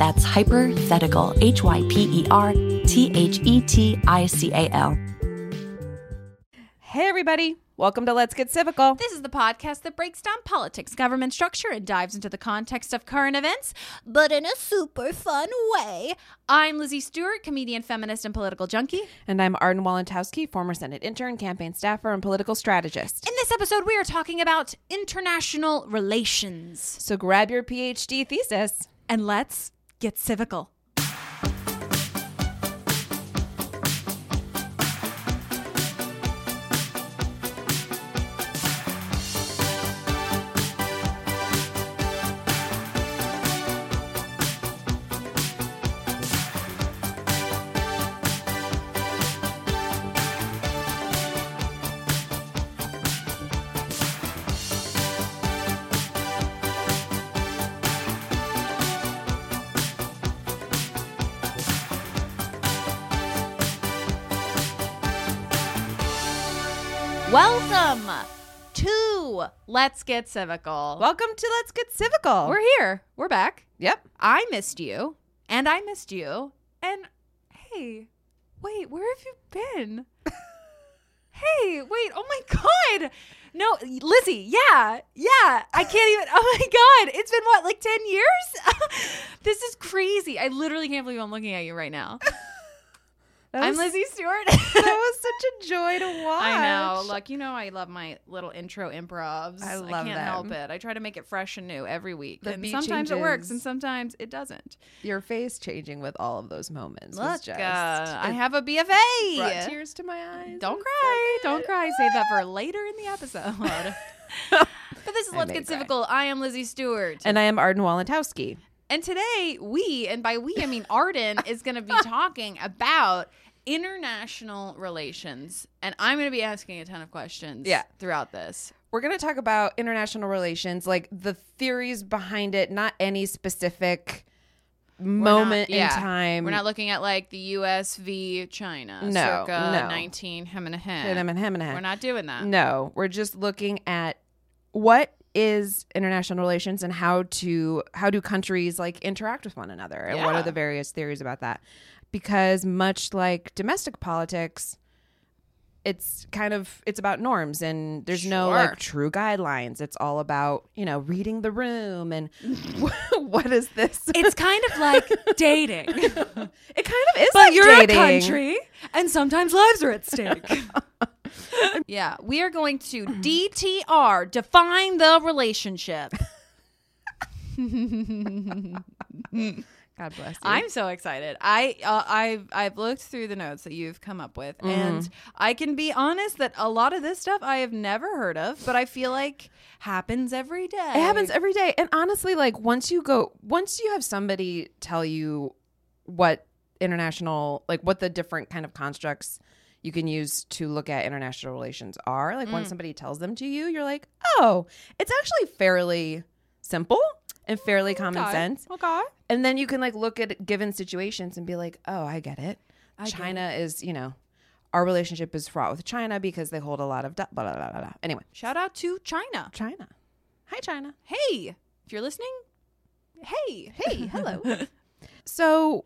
That's Hypothetical, H Y P E R T H E T I C A L. Hey, everybody. Welcome to Let's Get Civical. This is the podcast that breaks down politics, government structure, and dives into the context of current events, but in a super fun way. I'm Lizzie Stewart, comedian, feminist, and political junkie. And I'm Arden Walentowski, former Senate intern, campaign staffer, and political strategist. In this episode, we are talking about international relations. So grab your PhD thesis. And let's get civical. Welcome to Let's Get Civical. Welcome to Let's Get Civical. We're here. We're back. yep. I missed you, and I missed you, and hey, wait, where have you been? hey, wait, oh my god. No, Lizzie, yeah, yeah, I can't even, oh my god, it's been what, like 10 years? this is crazy. I literally can't believe I'm looking at you right now. That I'm was- Lizzie Stewart. That was such a joy to watch. I know. Like you know, I love my little intro improvs. I I love can't them. help it. I try to make it fresh and new every week, The and beat sometimes it works, changes. and sometimes it doesn't. your face changing with all of those moments. was Look, just, uh, I it have a brought BFA. tears to my eyes. Don't It's so cry. good. Don't cry. Save that for later in the episode. but this is I Let's may Get cry. Civical. I am Lizzie Stewart. And I am Arden Walentowski. And today, we, and by we, I mean Arden, is going to be talking about international relations. And I'm going to be asking a ton of questions Yeah. throughout this. We're going to talk about international relations, like the theories behind it, not any specific We're not- moment yeah. in time. We're not looking at like the US v China. No, circa no. 19 hem and a half. Him and him and him. We're not doing that. No, we're just looking at what is international relations and how to how do countries like interact with one another and what Yeah. are the various theories about that? Because much like domestic politics, it's kind of it's about norms and there's no Sure. like true guidelines. It's all about, you know, reading the room and what is this? It's kind of like dating. it kind of is But like you're dating. a country, and sometimes lives are at stake. yeah, we are going to DTR, define the relationship. God bless you. I'm so excited. I uh, I've I've looked through the notes that you've come up with, and I can be honest that a lot of this stuff I have never heard of, but I feel like happens every day. it happens every day. And honestly, like once you go, once you have somebody tell you what international, like what the different kind of constructs you can use to look at international relations are, like once somebody tells them to you, you're like, oh, it's actually fairly simple and fairly common Okay. sense. Okay. And then you can like look at given situations and be like, oh, I get it. get China is, you know, our relationship is fraught with China because they hold a lot of da- blah, blah, blah, blah, blah. Anyway, Shout out to China. China. Hi, China. Hey, if you're listening, hey, hey, hello. So,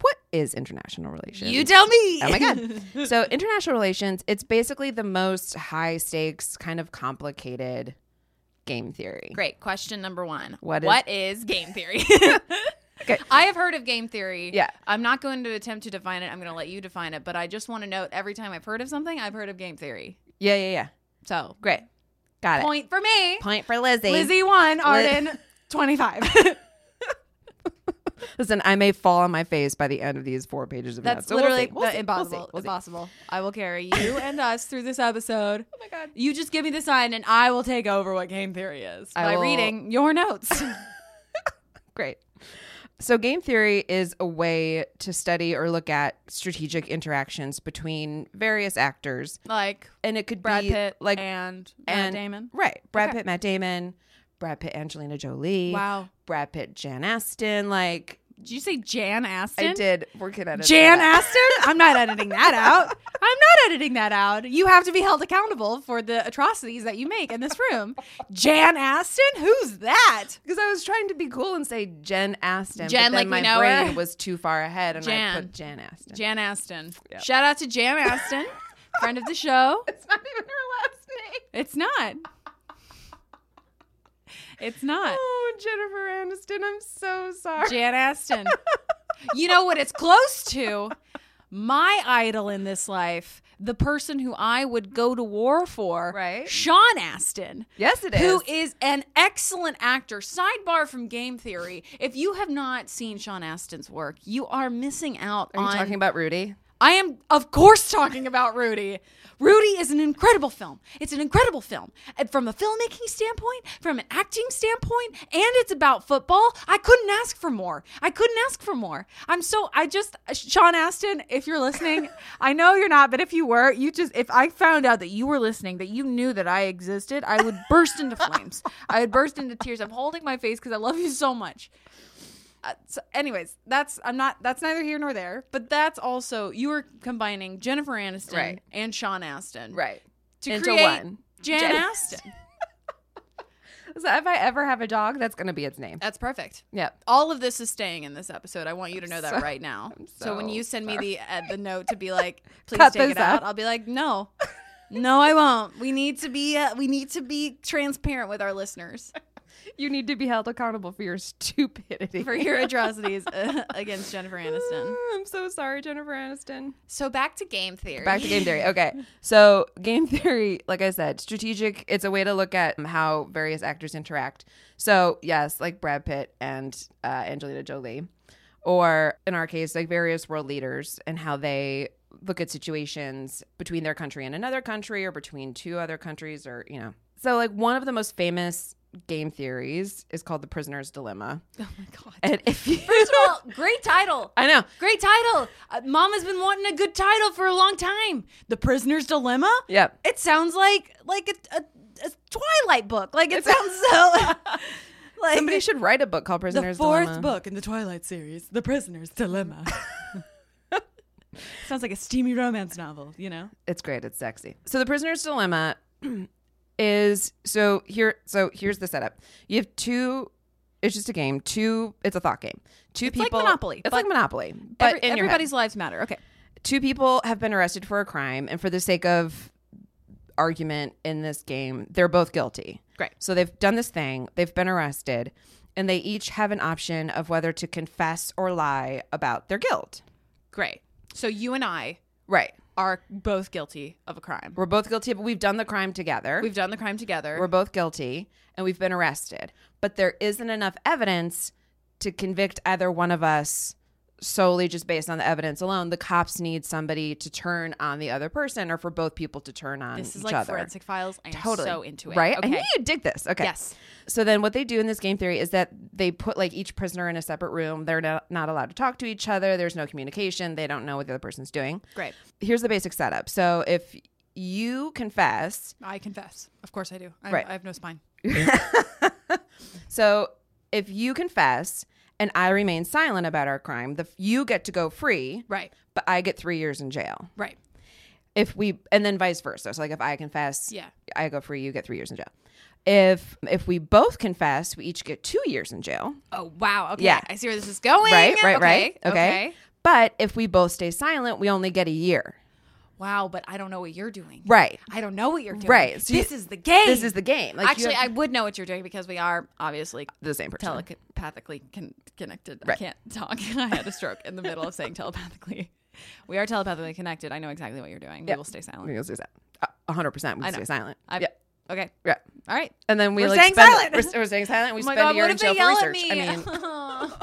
what is international relations? you tell me. Oh my God. so, international relations, it's basically the most high stakes, kind of complicated game theory. Great. Question number one. What is- what is game theory? Okay. I have heard of game theory. Yeah. I'm not going to attempt to define it. I'm going to let you define it. But I just want to note every time I've heard of something, I've heard of game theory. Yeah, yeah, yeah. So Great. Got it. point for me. Point for Lizzie. Lizzie one, Arden twenty five. Listen, I may fall on my face by the end of these four pages of notes. That's So we'll literally see. We'll the- see. We'll impossible. see. We'll see. impossible. I will carry you and us through this episode. Oh my God. You just give me the sign, and I will take over what game theory is I by will- reading your notes. Great. So, game theory is a way to study or look at strategic interactions between various actors. like And it could Brad be Pitt, like and, Matt and Damon. Right. Brad Okay. Pitt, Matt Damon, Brad Pitt, Angelina Jolie. Wow. Brad Pitt, Jan Aston. Like Did you say Jan Aston? I did work it out. Jan Aston? I'm not editing that out. I'm not editing that out. You have to be held accountable for the atrocities that you make in this room. Jan Aston? Who's that? Because I was trying to be cool and say Jen Aston. Jen, but then like we my know brain her. was too far ahead, and I Jan. put Jan Aston. Jan Aston. Shout out to Jan Aston, friend of the show. It's not even her last name. It's not. It's not. Oh, Jennifer Aniston. I'm so sorry. Jan Aston. You know what it's close to? My idol in this life, the person who I would go to war for, Right. Sean Aston. yes, it is. Who is an excellent actor. Sidebar from game theory. If you have not seen Sean Aston's work, you are missing out Are you on talking about Rudy? I am, of course, talking about Rudy. Rudy is an incredible film. It's an incredible film. And from a filmmaking standpoint, from an acting standpoint, and it's about football. I couldn't ask for more. I couldn't ask for more. I'm so, I just, Sean Astin, if you're listening, I know you're not, but if you were, you just, if I found out that you were listening, that you knew that I existed, I would burst into flames. I would burst into tears. I'm holding my face because I love you so much Uh, so anyways that's i'm not that's neither here nor there but that's also you were combining jennifer aniston Right. and sean astin Right. to Into create one. jan, Jan astin So if I ever have a dog, that's going to be its name. that's perfect Yep. all of this is staying in this episode i want you to know that so- right now so, so when you send me the uh, the note to be like please Cut take this it out out. i'll be like no no i won't we need to be uh, we need to be transparent with our listeners You need to be held accountable for your stupidity. for your atrocities uh, against jennifer aniston I'm so sorry, Jennifer Aniston. so back to game theory Back to game theory. Okay. So, game theory, like I said, strategic, it's a way to look at how various actors interact. So, yes, like Brad Pitt and uh, Angelina Jolie, or in our case, like various world leaders and how they look at situations between their country and another country or between two other countries or, you know. So, like, one of the most famous game theories is called the prisoner's dilemma. oh my god And if you. First of all, great title. I know. Great title. Uh, Mom has been wanting a good title for a long time. The Prisoner's Dilemma. Yep. It sounds like like a, a, a Twilight book. Like it sounds so. like Somebody should write a book called Prisoner's Dilemma. book in the Twilight series, The Prisoner's Dilemma. sounds like a steamy romance novel. You know. It's great. It's sexy. So the prisoner's dilemma is so here. So here's the setup. You have two. It's just a game. Two. It's a thought game. Two It's like people. Monopoly, It's but like Monopoly. But in your head. everybody's lives matter. Okay. two people have been arrested for a crime, and for the sake of argument in this game, they're both guilty. Great. So they've done this thing. They've been arrested, and they each have an option of whether to confess or lie about their guilt. Great. So you and I Right. are both guilty of a crime. We're both guilty, but we've done the crime together. We've done the crime together. We're both guilty and we've been arrested. But there isn't enough evidence to convict either one of us solely just based on the evidence alone. The cops need somebody to turn on the other person or for both people to turn on this is each like other. forensic files. I am so into it. Right? I Okay. knew you'd dig this. Okay. Yes. So then what they do in this game theory is that they put like each prisoner in a separate room. They're not, not allowed to talk to each other. There's no communication. They don't know what the other person's doing. Great. Here's the basic setup. So if you confess, I confess. Of course I do. I, Right. I have no spine. So if you confess and I remain silent about our crime, the you get to go free, Right. but I get three years in jail. Right. If we and then vice versa. So like if I confess, Yeah. I go free, you get three years in jail. If if we both confess, we each get two years in jail. Oh wow. Okay. Yeah. I see where this is going. Right, right, okay. right. Okay. But if we both stay silent, we only get a year. Wow, but I don't know what you're doing. Right. I don't know what you're doing. Right. So this you- is the game. This is the game. Like Actually, I would know what you're doing because we are obviously the same person. telepathically con- connected. I Right. can't talk. I had a stroke in the middle of saying telepathically. We are telepathically connected. I know exactly what you're doing. Yeah. We will stay I think silent. it's just that. A hundred percent. We I stay know. silent. I- yeah. Okay. Yeah. All right. And then we We're like staying spend- silent. We're, we're staying silent. We oh my spend god, a year what in if jail they for yell at research. me? I mean,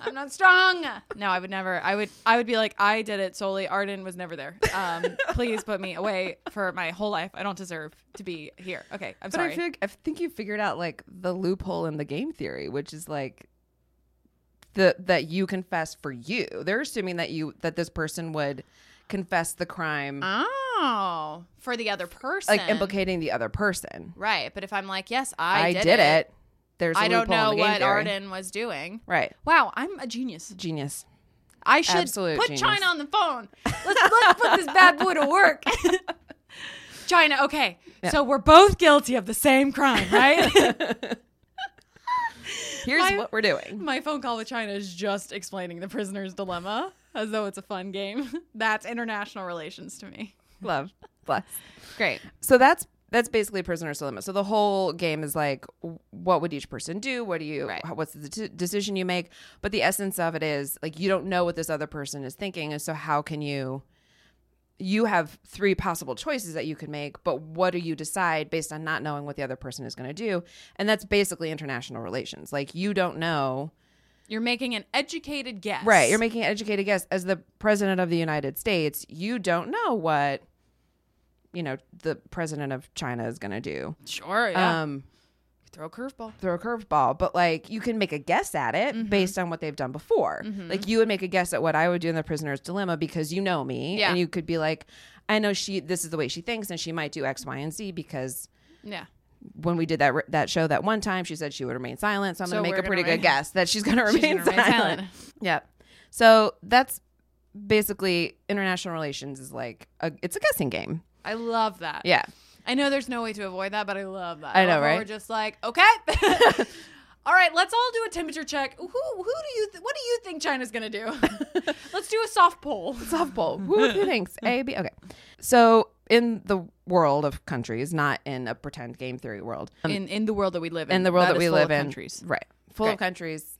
I'm not strong. No, I would never. I would. I would be like, I did it solely. Arden was never there. Um, please put me away for my whole life. I don't deserve to be here. Okay, I'm But sorry. I, feel like, I think you figured out like the loophole in the game theory, which is like the that you confess for you. They're assuming that you that this person would confess the crime, oh, for the other person, like implicating the other person. Right, but if I'm like, yes, I, I, did, it. it. There's I I don't know what theory. Arden was doing. Right, Wow, I'm a genius. genius. I should Absolute put genius. China on the phone. Let's let's put this bad boy to work. China, okay. So we're both guilty of the same crime, right? Here's I- what we're doing. My phone call with China is just explaining the prisoner's dilemma as though it's a fun game. That's international relations to me. Love, bless. Great. So that's that's basically prisoner's dilemma. So the whole game is like, w- what would each person do? What do you? Right. how- What's the de- decision you make? But the essence of it is like you don't know what this other person is thinking, and so how can you? You have three possible choices that you can make, but what do you decide based on not knowing what the other person is going to do? And that's basically international relations. Like you don't know, You're making an educated guess. right? You're making an educated guess. As the president of the United States, you don't know what you know the president of China is going to do. sure, yeah. Um, Throw a curveball. throw a curveball, but like you can make a guess at it Mm-hmm. based on what they've done before. Like you would make a guess at what I would do in the prisoner's dilemma because you know me, Yeah. and you could be like, I know she. This is the way she thinks, and she might do X, Y, and Z because Yeah. when we did that r- that show that one time, she said she would remain silent. So I'm So gonna make we're a gonna pretty remain- good guess that she's gonna She's remain, gonna remain silent. silent. Yeah. So that's basically international relations is like a, it's a guessing game. I love that. Yeah. I know there's no way to avoid that, but I love that. I know, love how right? We're just like, okay, all right, let's all do a temperature check. Who who do you th- what do you think China's gonna do? let's do a soft poll. softball. Who thinks A B? Okay. So in the world of countries, not in a pretend game theory world, um, In in the world that we live in, in the world that, is we full live of in, countries. right? Full of Great. countries,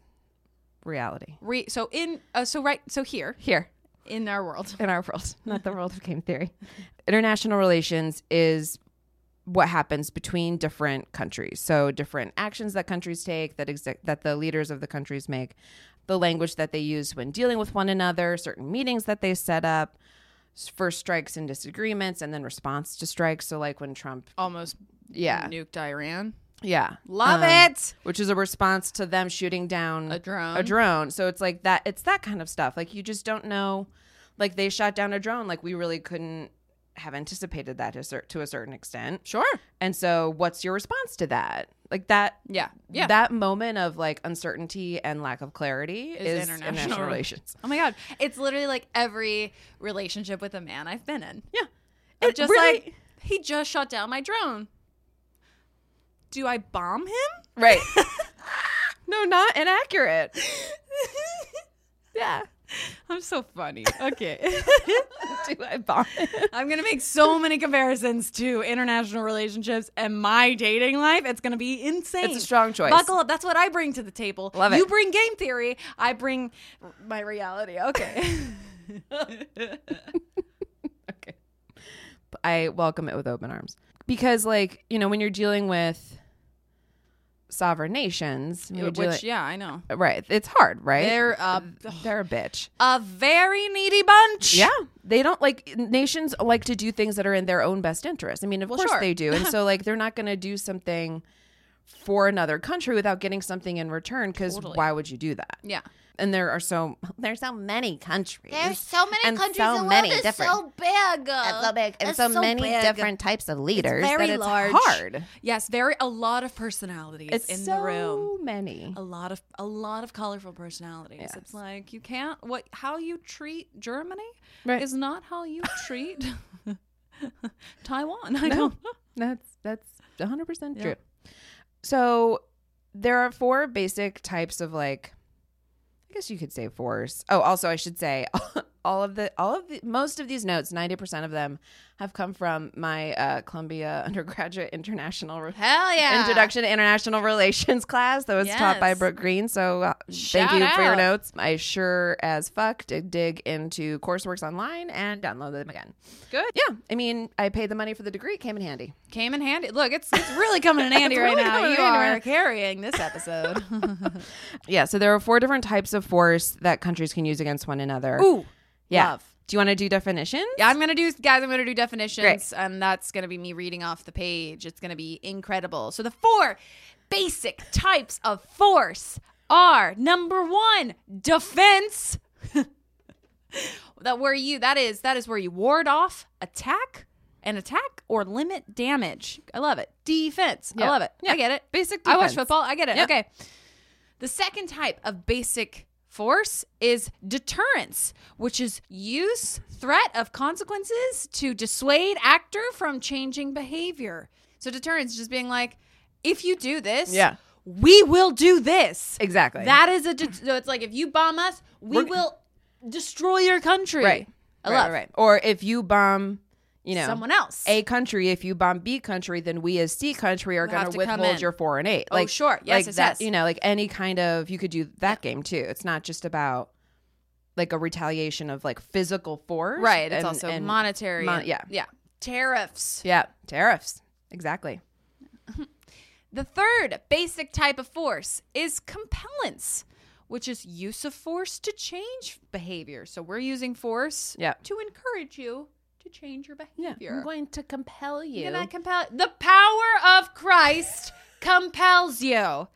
reality Re- so in uh, so right so here here in our world, in our world, not the world of game theory. International relations is what happens between different countries. So different actions that countries take, that exec- that the leaders of the countries make, the language that they use when dealing with one another, certain meetings that they set up, s- first strikes and disagreements, and then response to strikes. So like when Trump, almost yeah, nuked Iran. yeah, Love Um, it. which is a response to them shooting down A drone. a drone. So it's like that. It's that kind of stuff. Like you just don't know. Like they shot down a drone. Like we really couldn't have anticipated that to, a cer- to a certain extent. Sure. And so, what's your response to that? Like that. Yeah. Yeah. That moment of like uncertainty and lack of clarity is, international international, rela- relations. Oh my god, it's literally like every relationship with a man I've been in. Yeah. I'm It just really- like he just shot down my drone. Do I bomb him? Right. no, not inaccurate. Yeah. I'm so funny. Okay. Do I bomb? it? I'm going to make so many comparisons to international relationships and my dating life. It's going to be insane. It's a strong choice. Buckle up. That's what I bring to the table. Love it. You bring game theory. I bring my reality. Okay. okay. I welcome it with open arms. Because, like, you know, when you're dealing with sovereign nations, when you're Which, dealing- yeah, I know. right, it's hard, right? They're a, They're a bitch. a very needy bunch. Yeah. They don't like nations like to do things that are in their own best interest. I mean, of Well, course sure. they do. And so like they're not going to do something for another country without getting something in return cuz Totally. why would you do that? Yeah. And there are so there's so many countries. There's so many and countries. so the many world is different- so big. and so big and It's so, many big. different types of leaders very that it's large. hard. Yes, very a lot of personalities It's in so the room. many. A lot of a lot of colorful personalities. Yes. It's like you can't what how you treat Germany Right. is not how you treat Taiwan. I don't That's that's 100% Yeah. true. So there are four basic types of like I guess you could say force. Oh, also I should say all of the all of the most of these notes, 90% of them have come from my uh, Columbia undergraduate international re- Hell Introduction to International Relations class that was taught by Yes. Brooke Green. So uh, Shout thank you for your out. notes. I sure as fuck did dig into courseworks online and download them again. Good. Yeah. I mean, I paid the money for the degree. It came in handy. Came in handy. Look, it's it's really coming in handy right really now. coming You in handy right are now. carrying this episode. Yeah, so there are four different types of force that countries can use against one another. Ooh. yeah. love. Do you want to do definitions? Yeah, I'm gonna do guys. I'm gonna do definitions, and that's gonna be me reading off the page. It's gonna be incredible. So the four basic types of force are number one, defense. that where you that is that is where you ward off attack and attack or limit damage. I love it. Defense. I Yeah. love it. I Yeah. get it. Basic I watch defense. football. I get it. Yeah. Okay. The second type of basic force is deterrence, which is use, threat of consequences to dissuade actor from changing behavior. So deterrence is just being like, if you do this, Yeah. we will do this. Exactly. That is a det- so it's like if you bomb us, we We're- will destroy your country. Right. I right, love right, right. Or if you bomb, you know, someone else. A country, if you bomb B country, then we as C country are We'll have going to to come in. withhold your foreign aid. Oh, sure. Yes, like yes, that, yes. You know, like any kind of, you could do that game too. It's not just about like a retaliation of like physical force. right. It's and- also and- monetary. mon- and- yeah. Yeah. Tariffs. Yeah. Tariffs. Exactly. The third basic type of force is compellence, which is use of force to change behavior. So we're using force Yeah. to encourage you to change your Yeah. behavior. going to compel you. Can I compel the power of Christ compels you.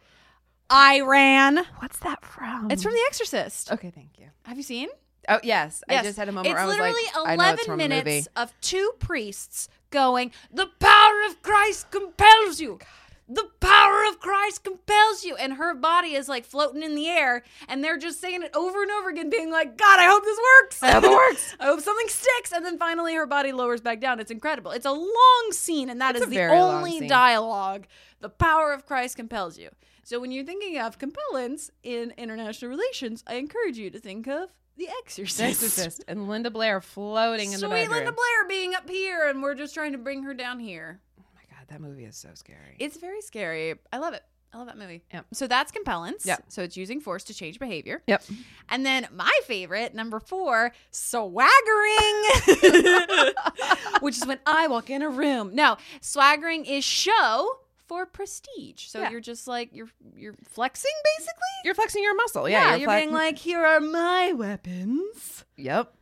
Iran. What's that from? It's from The Exorcist. Okay, thank you. Have you seen? Oh yes, Yes. I just had a moment. It's where I was literally like, I know it's eleven from minutes A movie. of two priests going, "The power of Christ compels you." The power of Christ compels you, and her body is like floating in the air, and they're just saying it over and over again, being like, "God, I hope this works. I hope it works. I hope something sticks." And then finally, her body lowers back down. It's incredible. It's a long scene, and that It's is a the very long only scene. dialogue. The power of Christ compels you. So when you're thinking of compellence in international relations, I encourage you to think of The Exorcist. The Exorcist and Linda Blair floating in the Sweet bedroom. Linda Blair being up here, and we're just trying to bring her down here. Oh my god, that movie is so scary. It's very scary. I love it. I love that movie. Yep. So that's compellence. Yep. So it's using force to change behavior. yep. And then my favorite, number four, swaggering, which is when I walk in a room. No, swaggering is show for prestige. So Yeah. you're just like you're you're flexing basically. You're flexing your muscle. Yeah, you're, flex- being like, here are my weapons. Yep.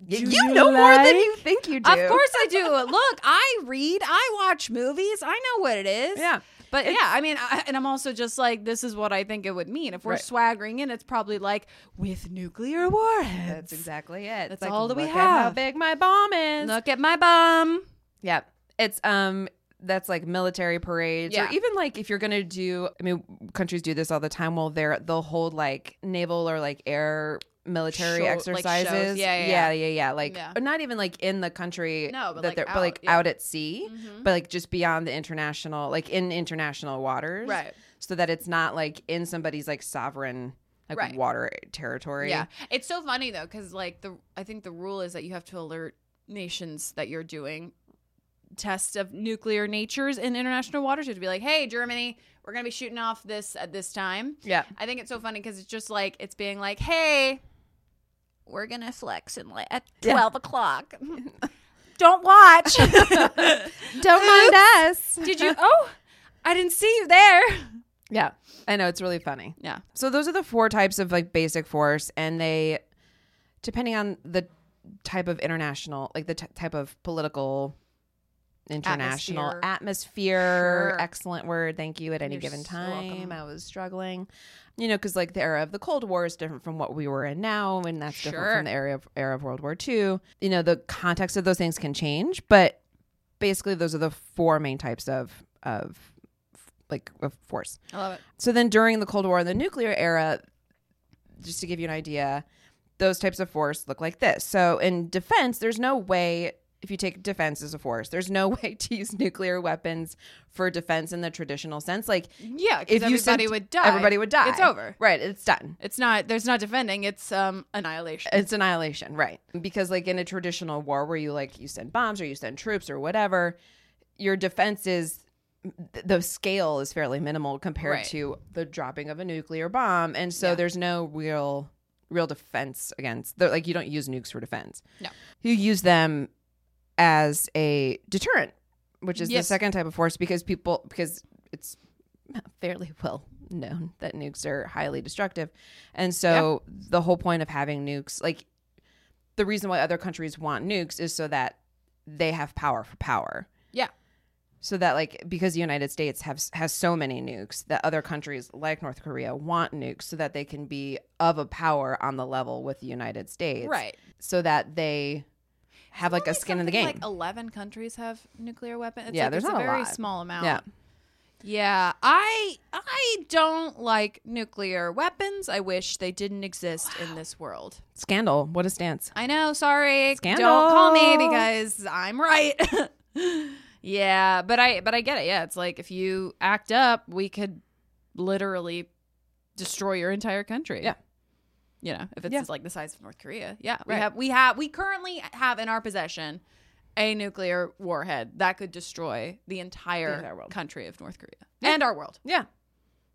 Y- Do you, you know more than like- you think you do. Of course I do. Look, I read, I watch movies, I know what it is. Yeah. But It's- yeah, I mean, I, and I'm also just like, this is what I think it would mean. If we're Right. swaggering in, it's probably like with nuclear warheads. That's exactly it. It's That's like, all that we look At how have. big my bomb is. Look at my bum. Yep. It's um that's like military parades Yeah. or even like if you're going to do I mean countries do this all the time well they're they'll hold like naval or like air military Show- like shows. exercises Yeah, yeah, yeah. yeah yeah, like Yeah. not even like in the country No, but, that like, they're out, but like yeah. out Mm-hmm. at sea Mm-hmm. but like just beyond the international like in international waters Right. so that it's not like in somebody's like sovereign like Right. water territory Yeah. It's so funny though, because like the, I think the rule is that you have to alert nations that you're doing tests of nuclear natures in international waters. You have to be like, hey, Germany, we're going to be shooting off this at this time. yeah I think it's so funny because it's just like it's being like, "Hey, we're gonna flex and like at Yeah. twelve o'clock. Don't watch. Don't mind us. Did you? Oh, I didn't see you there. Yeah. I know it's really funny. Yeah. So those are the four types of like basic force and they depending on the type of international like the t- type of political international Atmosphere. atmosphere, Sure. excellent word thank you at any You're given so time welcome. i was struggling you know because like the era of the cold war is different from what we were in now and that's different Sure. from the era of, era of world war ii you know the context of those things can change but basically those are the four main types of of like of force I love it. so then during the Cold War and the nuclear era, just to give you an idea, those types of force look like this. So in defense, there's no way if you take defense as a force, there's no way to use nuclear weapons for defense in the traditional sense. Like Yeah, if because you everybody sent- would die. Everybody would die. It's over. Right. It's done. It's not. There's not defending. It's um annihilation. It's annihilation, right? Because like in a traditional war where you like you send bombs or you send troops or whatever, your defense is th- the scale is fairly minimal compared Right. to the dropping of a nuclear bomb, and so Yeah. there's no real real defense against. they like you don't use nukes for defense. No. you use them as a deterrent, which is the Yes. second type of force because people because it's fairly well known that nukes are highly destructive. And so the whole point of having nukes, like the reason why other countries want nukes is so that they have power for power. Yeah. So that like because the United States has has so many nukes that other countries like North Korea want nukes so that they can be of a power on the level with the United States. right. So that they have like a Only skin in the something game. Like Eleven countries have nuclear weapons. It's Yeah, like, there's it's not a a very lot. small amount. yeah. Yeah, I I don't like nuclear weapons. I wish they didn't exist in this world. Scandal. What a stance. I know, sorry. Scandal. Don't call me because I'm right. yeah, but I but I get it. Yeah, it's like if you act up, we could literally destroy your entire country. Yeah. You know, if it's Yeah. like the size of North Korea. Yeah. We Right. have we have we currently have in our possession a nuclear warhead that could destroy the entire, entire world. country of North Korea and our world. Yeah.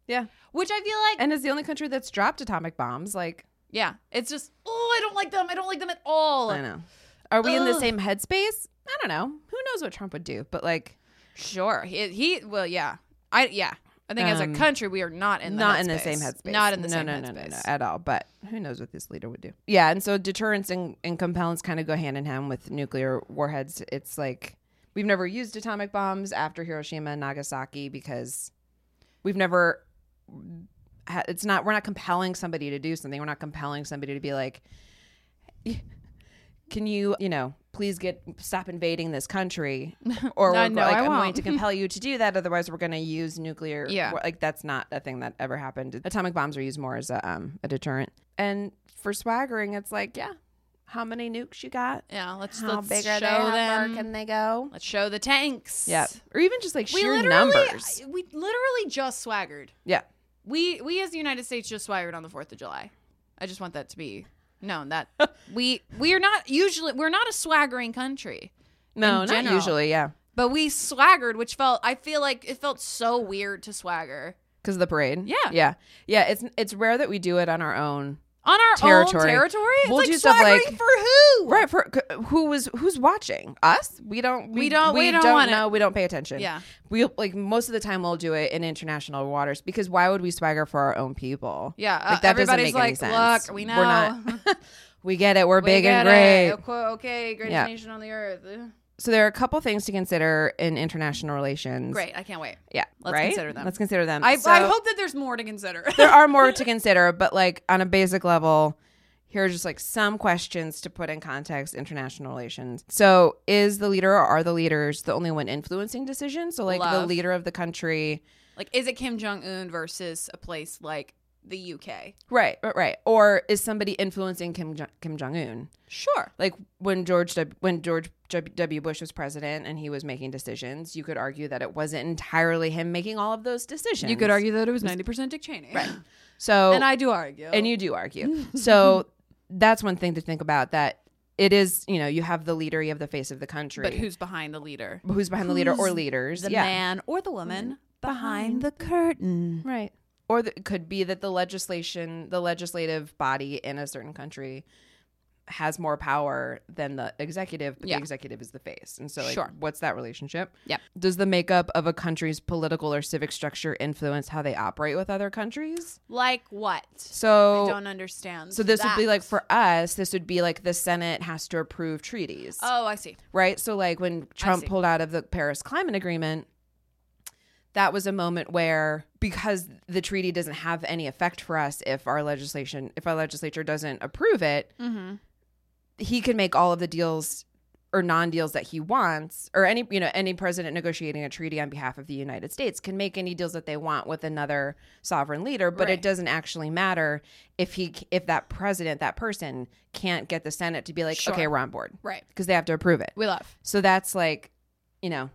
Yeah. Which I feel like And as the only country that's dropped atomic bombs, like yeah, it's just oh, I don't like them. I don't like them at all. I know. Are we in the Ugh. same headspace? I don't know. Who knows what Trump would do? But like, Sure. He, he well, yeah. I yeah. I think as a Um, country, we are not in the not headspace. in the same headspace. Not in the no, same no, headspace. no, no, no, at all. But who knows what this leader would do? Yeah, and so deterrence and, and compellence kind of go hand in hand with nuclear warheads. It's like we've never used atomic bombs after Hiroshima and Nagasaki because we've never. ha- It's not. We're not compelling somebody to do something. We're not compelling somebody to be like, can you, you know, please get stop invading this country, or No, we're no, like, I I'm going won't. to compel you to do that. Otherwise, we're going to use nuclear. Yeah. war- like that's not a thing that ever happened. Atomic bombs are used more as a um a deterrent. And for swaggering, it's like, yeah, how many nukes you got? Yeah, let's How let's big show are they? How them. far can they go? let's show the tanks. Yeah, or even just like we sheer literally numbers. we literally just swaggered. Yeah, We we as the United States just swaggered on the Fourth of July. I just want that to be known that we we are not usually we're not a swaggering country, no, in not general. usually. Yeah, but we swaggered, which felt I feel like it felt so weird to swagger because of the parade. Yeah. yeah, yeah. It's it's rare that we do it on our own. on our own Territory. territory. It's We'll like do stuff swaggering like- for who? Right for c- who was who's watching us? We don't. We, We don't- We, we don't, don't want it. know. We don't pay attention. Yeah. We like most of the time we'll do it in international waters because why would we swagger for our own people? Yeah, uh, Like that doesn't everybody's make any like, sense. "Look, we We're not. we get it. We're We big and get great. it. Aqu- Okay, greatest Yeah. nation on the earth. Ugh. So there are a couple things to consider in international relations. Great, I can't wait. Yeah. Let's right? consider them. Let's consider them. I, I So- hope that there's more to consider. there are more to consider, but like on a basic level, here are just like some questions to put in context international relations. So, is the leader or are the leaders the only one influencing decisions? So, like the Love. leader of the country, like, is it Kim Jong Un versus a place like the UK? right, right, right, or is somebody influencing Kim Jong- Kim Jong Un? Sure. Like when George w- when George W. W. Bush was president and he was making decisions, you could argue that it wasn't entirely him making all of those decisions. You could argue that it was 90% Dick Cheney. Right. so, and I do argue. and you do argue. so that's one thing to think about that it is, you know, you have the leader, you have the face of the country. but who's behind the leader? who's behind the leader or leaders? The yeah. man or the woman behind the curtain. Right. Or the, it could be that the legislation, the legislative body in a certain country has more power than the executive, but Yeah. the executive is the face. And so, like, Sure. what's that relationship? Yep. Does the makeup of a country's political or civic structure influence how they operate with other countries? Like what? So, I don't understand. so this would be that. like for us, this would be like the Senate has to approve treaties Oh, I see. right? So like when Trump see. pulled out of the Paris Climate Agreement, that was a moment where because the treaty doesn't have any effect for us if our legislation if our legislature doesn't approve it, Mm-hmm. he can make all of the deals or non-deals that he wants or any you know any president negotiating a treaty on behalf of the United States can make any deals that they want with another sovereign leader but Right. it doesn't actually matter if he c- if that president that person can't get the senate to be like Sure. okay we're on board Right. because they have to approve it We love. so that's like, you know,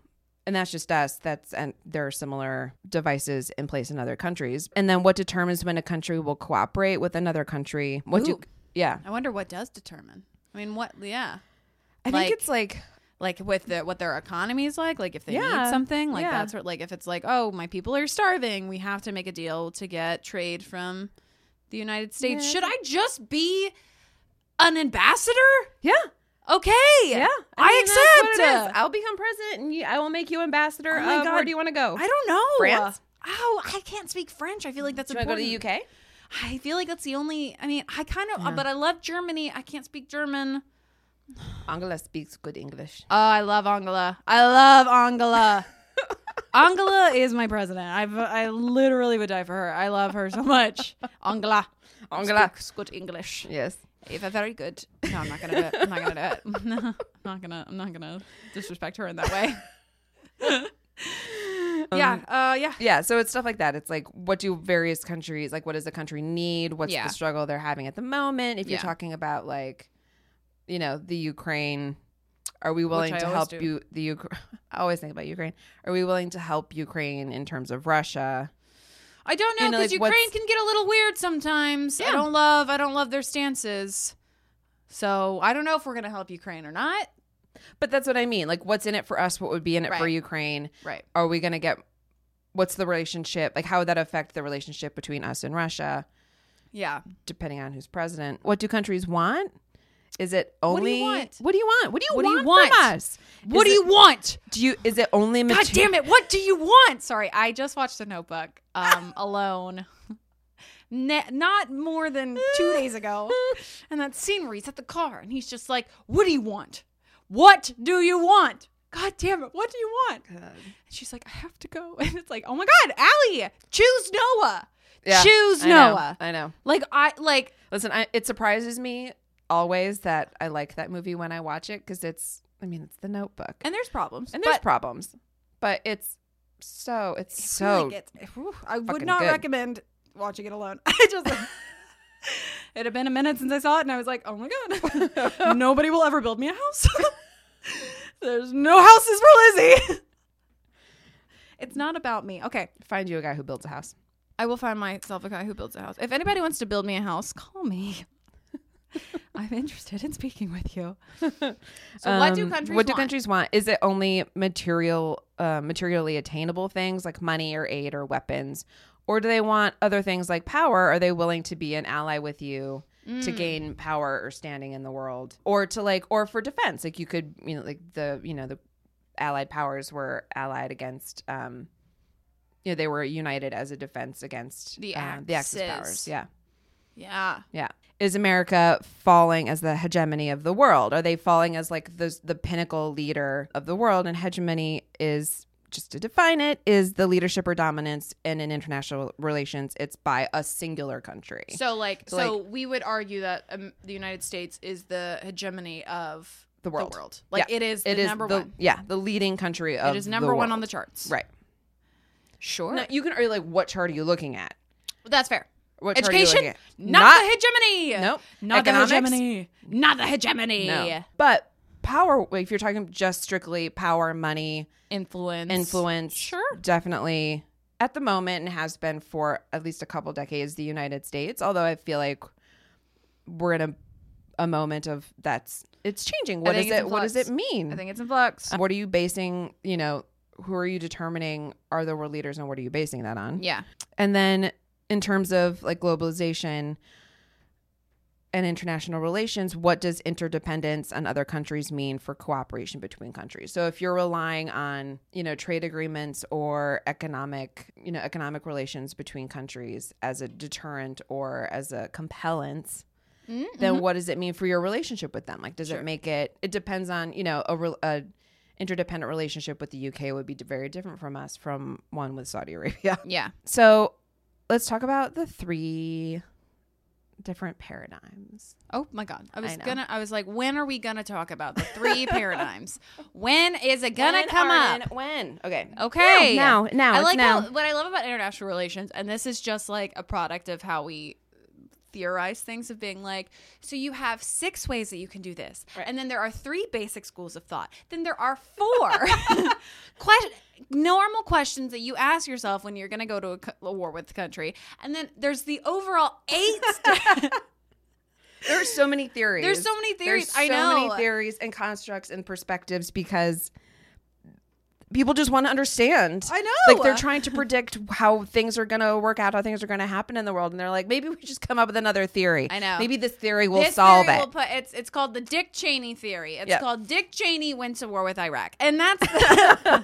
and that's just us. That's and there are similar devices in place in other countries. And then what determines when a country will cooperate with another country? What do Ooh. yeah. I wonder what does determine. I mean, what? Yeah. I Like- think it's like like with the, what their economy is like like if they Yeah. need something like Yeah. that sort like if it's like oh my people are starving we have to make a deal to get trade from the united states Yeah. should i just be an ambassador Yeah. okay Yeah. I mean, that's what it accept. is. I'll become president and you, I will make you ambassador Oh my of God. where do you want to go? i don't know France? oh i can't speak french i feel like that's do you want to important go to the UK? i feel like that's the only i mean i kind of uh, but i love germany i can't speak german Angela speaks good English. Oh, I love Angela. I love Angela. Angela is my president. I I literally would die for her. I love her so much. Angela. Angela. Speaks good English. Yes. Eva, very good. No, I'm not gonna do it. I'm not gonna do it. No, I'm not gonna. I'm not gonna disrespect her in that way. yeah. Uh. Yeah. Yeah, so it's stuff like that. It's like what do various countries like what does the country need? What's Yeah. the struggle they're having at the moment? If you're Yeah. talking about like you know, the Ukraine, are we willing I to always help do. you the Ukraine I always think about Ukraine. Are we willing to help Ukraine in terms of Russia? I don't know You know, because like, what's- Ukraine can get a little weird sometimes. I Yeah. don't love. I don't love their stances. So I don't know if we're gonna help Ukraine or not. But that's what I mean. Like what's in it for us? What would be in it for Right. Ukraine? Right. Are we going to get what's the relationship? Like how would that affect the relationship between us and Russia Yeah. depending on who's president? What do countries want? Is it only What do you want? What do you want? What do you What do you want, from want? us? What Is do it- you want? Do you? Is it only? God damn it! What do you want? Sorry, I just watched The Notebook um, alone, ne- not more than two days ago. And that scene where he's at the car and he's just like, "What do you want? What do you want? God damn it! What do you want?" And she's like, "I have to go." And it's like, "Oh my God, Allie, choose Noah. choose I know, Noah." I know. Like I like Listen, I, it surprises me always that I like that movie when I watch it because it's. I mean, it's The Notebook, and, and there's problems. there's but problems, but it's so it's I feel so like it's- whew, I would fucking not good. recommend watching it alone. I just it had been a minute since I saw it, and I was like, oh my god, nobody will ever build me a house. There's no houses for Lizzie. it's not about me. Okay, find you a guy who builds a house. I will find myself a guy who builds a house. If anybody wants to build me a house, call me. I'm interested in speaking with you. So, what do Um, countries What do want? countries want? Is it only material, uh, materially attainable things like money or aid or weapons, or do they want other things like power? Are they willing to be an ally with you to Mm. gain power or standing in the world, or to like, or for defense? Like you could, you know, like the you know the Allied powers were allied against. um you know, they were united as a defense against The um, the Axis Axis. powers. Yeah. Yeah. Yeah. Is America falling as the hegemony of the world? Are they falling as like the the pinnacle leader of the world? And hegemony is just to define it is the leadership or dominance and in international relations it's by a singular country. So like so, So, like- we would argue that um, the United States is the hegemony of The world. Like Yeah. it is It the is number the- one. Yeah, the leading country of It is number one on the world. charts. Right. Sure. Now, you can argue like what chart are you looking at? That's fair. What chart are you Education, looking not, at? the hegemony. Nope. Not Economics? the hegemony. Not the hegemony. no. But power if you're talking just strictly power, money, Influence. influence Sure. definitely at the moment and has been for at least a couple decades the united states although i feel like we're in a, a moment of that's it's changing what think is it's in it what does flux. it mean I think it's in flux. what are you basing you know who are you determining are the world leaders and what are you basing that on yeah. and then in terms of like globalization and international relations, what does interdependence on other countries mean for cooperation between countries? So if you're relying on, you know, trade agreements or economic, you know, economic relations between countries as a deterrent or as a compellent, then what does it mean for your relationship with them? Like, does it make it? It depends on you know a, re- a interdependent relationship with the UK would be d- very different from us from one with Saudi Arabia. Yeah. So let's talk about the three different paradigms. Oh my god. I was I know. gonna I was like, when are we gonna talk about the three paradigms? When is it gonna When, come Arden, up? When? Okay. Okay. Now. Now. I it's like now. how what I love about international relations, and this is just like a product of how we theorize things of being like, so you have six ways that you can do this, and then there are three basic schools of thought. Then there are four question, normal questions that you ask yourself when you're going to go to a, co- a war with the country, and then there's the overall eight. st- There are so many theories. There's so many theories. There's so I know. many theories and constructs and perspectives because people just want to understand. I know. Like they're trying to predict how things are going to work out, how things are going to happen in the world, and they're like, maybe we just come up with another theory. I know. Maybe this theory will This solve theory it. will put- it's it's called the Dick Cheney theory. It's Yep. called Dick Cheney went to war with Iraq, and that's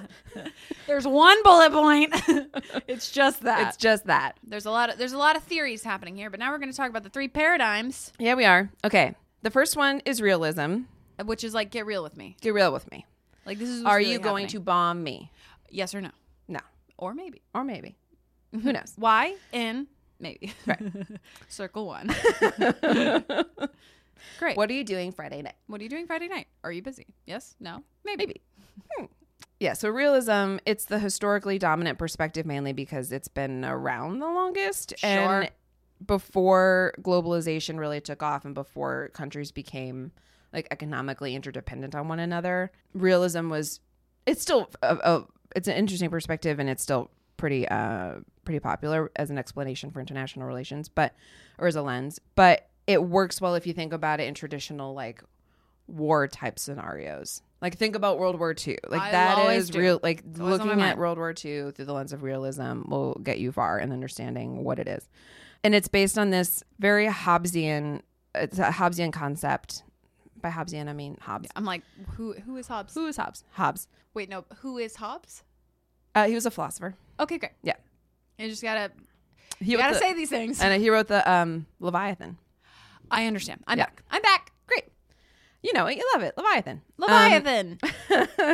there's one bullet point. it's just that. it's just that. there's a lot of there's a lot of theories happening here, but now we're going to talk about the three paradigms, Yeah, we are. Okay. The first one is realism. uh, which is like get real with me. Get real with me. Like this is what's Are really you going to happening. bomb me? yes or no No. or maybe Or maybe. Who knows? why in maybe right circle one. Great. What are you doing Friday night? What are you doing Friday night? Are you busy? Yes. No. Maybe. Maybe. Yeah, so realism, it's the historically dominant perspective mainly because it's been around the longest Sure. and before globalization really took off and before countries became like economically interdependent on one another, realism was it's still a, a it's an interesting perspective and it's still pretty uh pretty popular as an explanation for international relations, but or as a lens, but it works well if you think about it in traditional like war type scenarios. Like think about World War II. Like I that always is do. real. Like always on my looking at mind. World War II through the lens of realism will get you far in understanding what it is, and it's based on this very Hobbesian. It's a Hobbesian concept. By Hobbesian, I mean Hobbes. I'm like, who who is Hobbes? Who is Hobbes? Hobbes. Wait, no. Who is Hobbes? Uh, he was a philosopher. Okay, great. Yeah. You just gotta He you wrote gotta the- say these things. And he wrote the um, Leviathan. I understand. I'm Yeah. Um, back. I'm back. Great. You know, it, you love it, Leviathan. Um, Leviathan.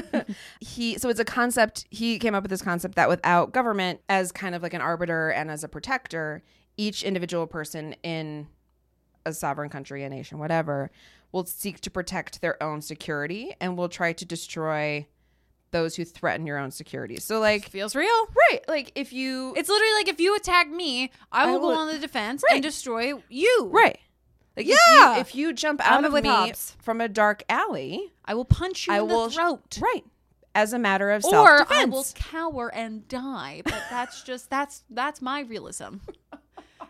he so it's a concept he came up with this concept that without government as kind of like an arbiter and as a protector each individual person in a sovereign country a nation whatever will seek to protect their own security and will try to destroy those who threaten your own security so like feels real. right like if you It's literally like if you attack me, I will, will- go on the defense Right. and destroy you. right like if you- Yeah. if you, jump I'm out of with me Hobbes. from a dark alley I will punch you i in will the throat. right as a matter of Or self-defense I will cower and die. But that's just that's that's my realism.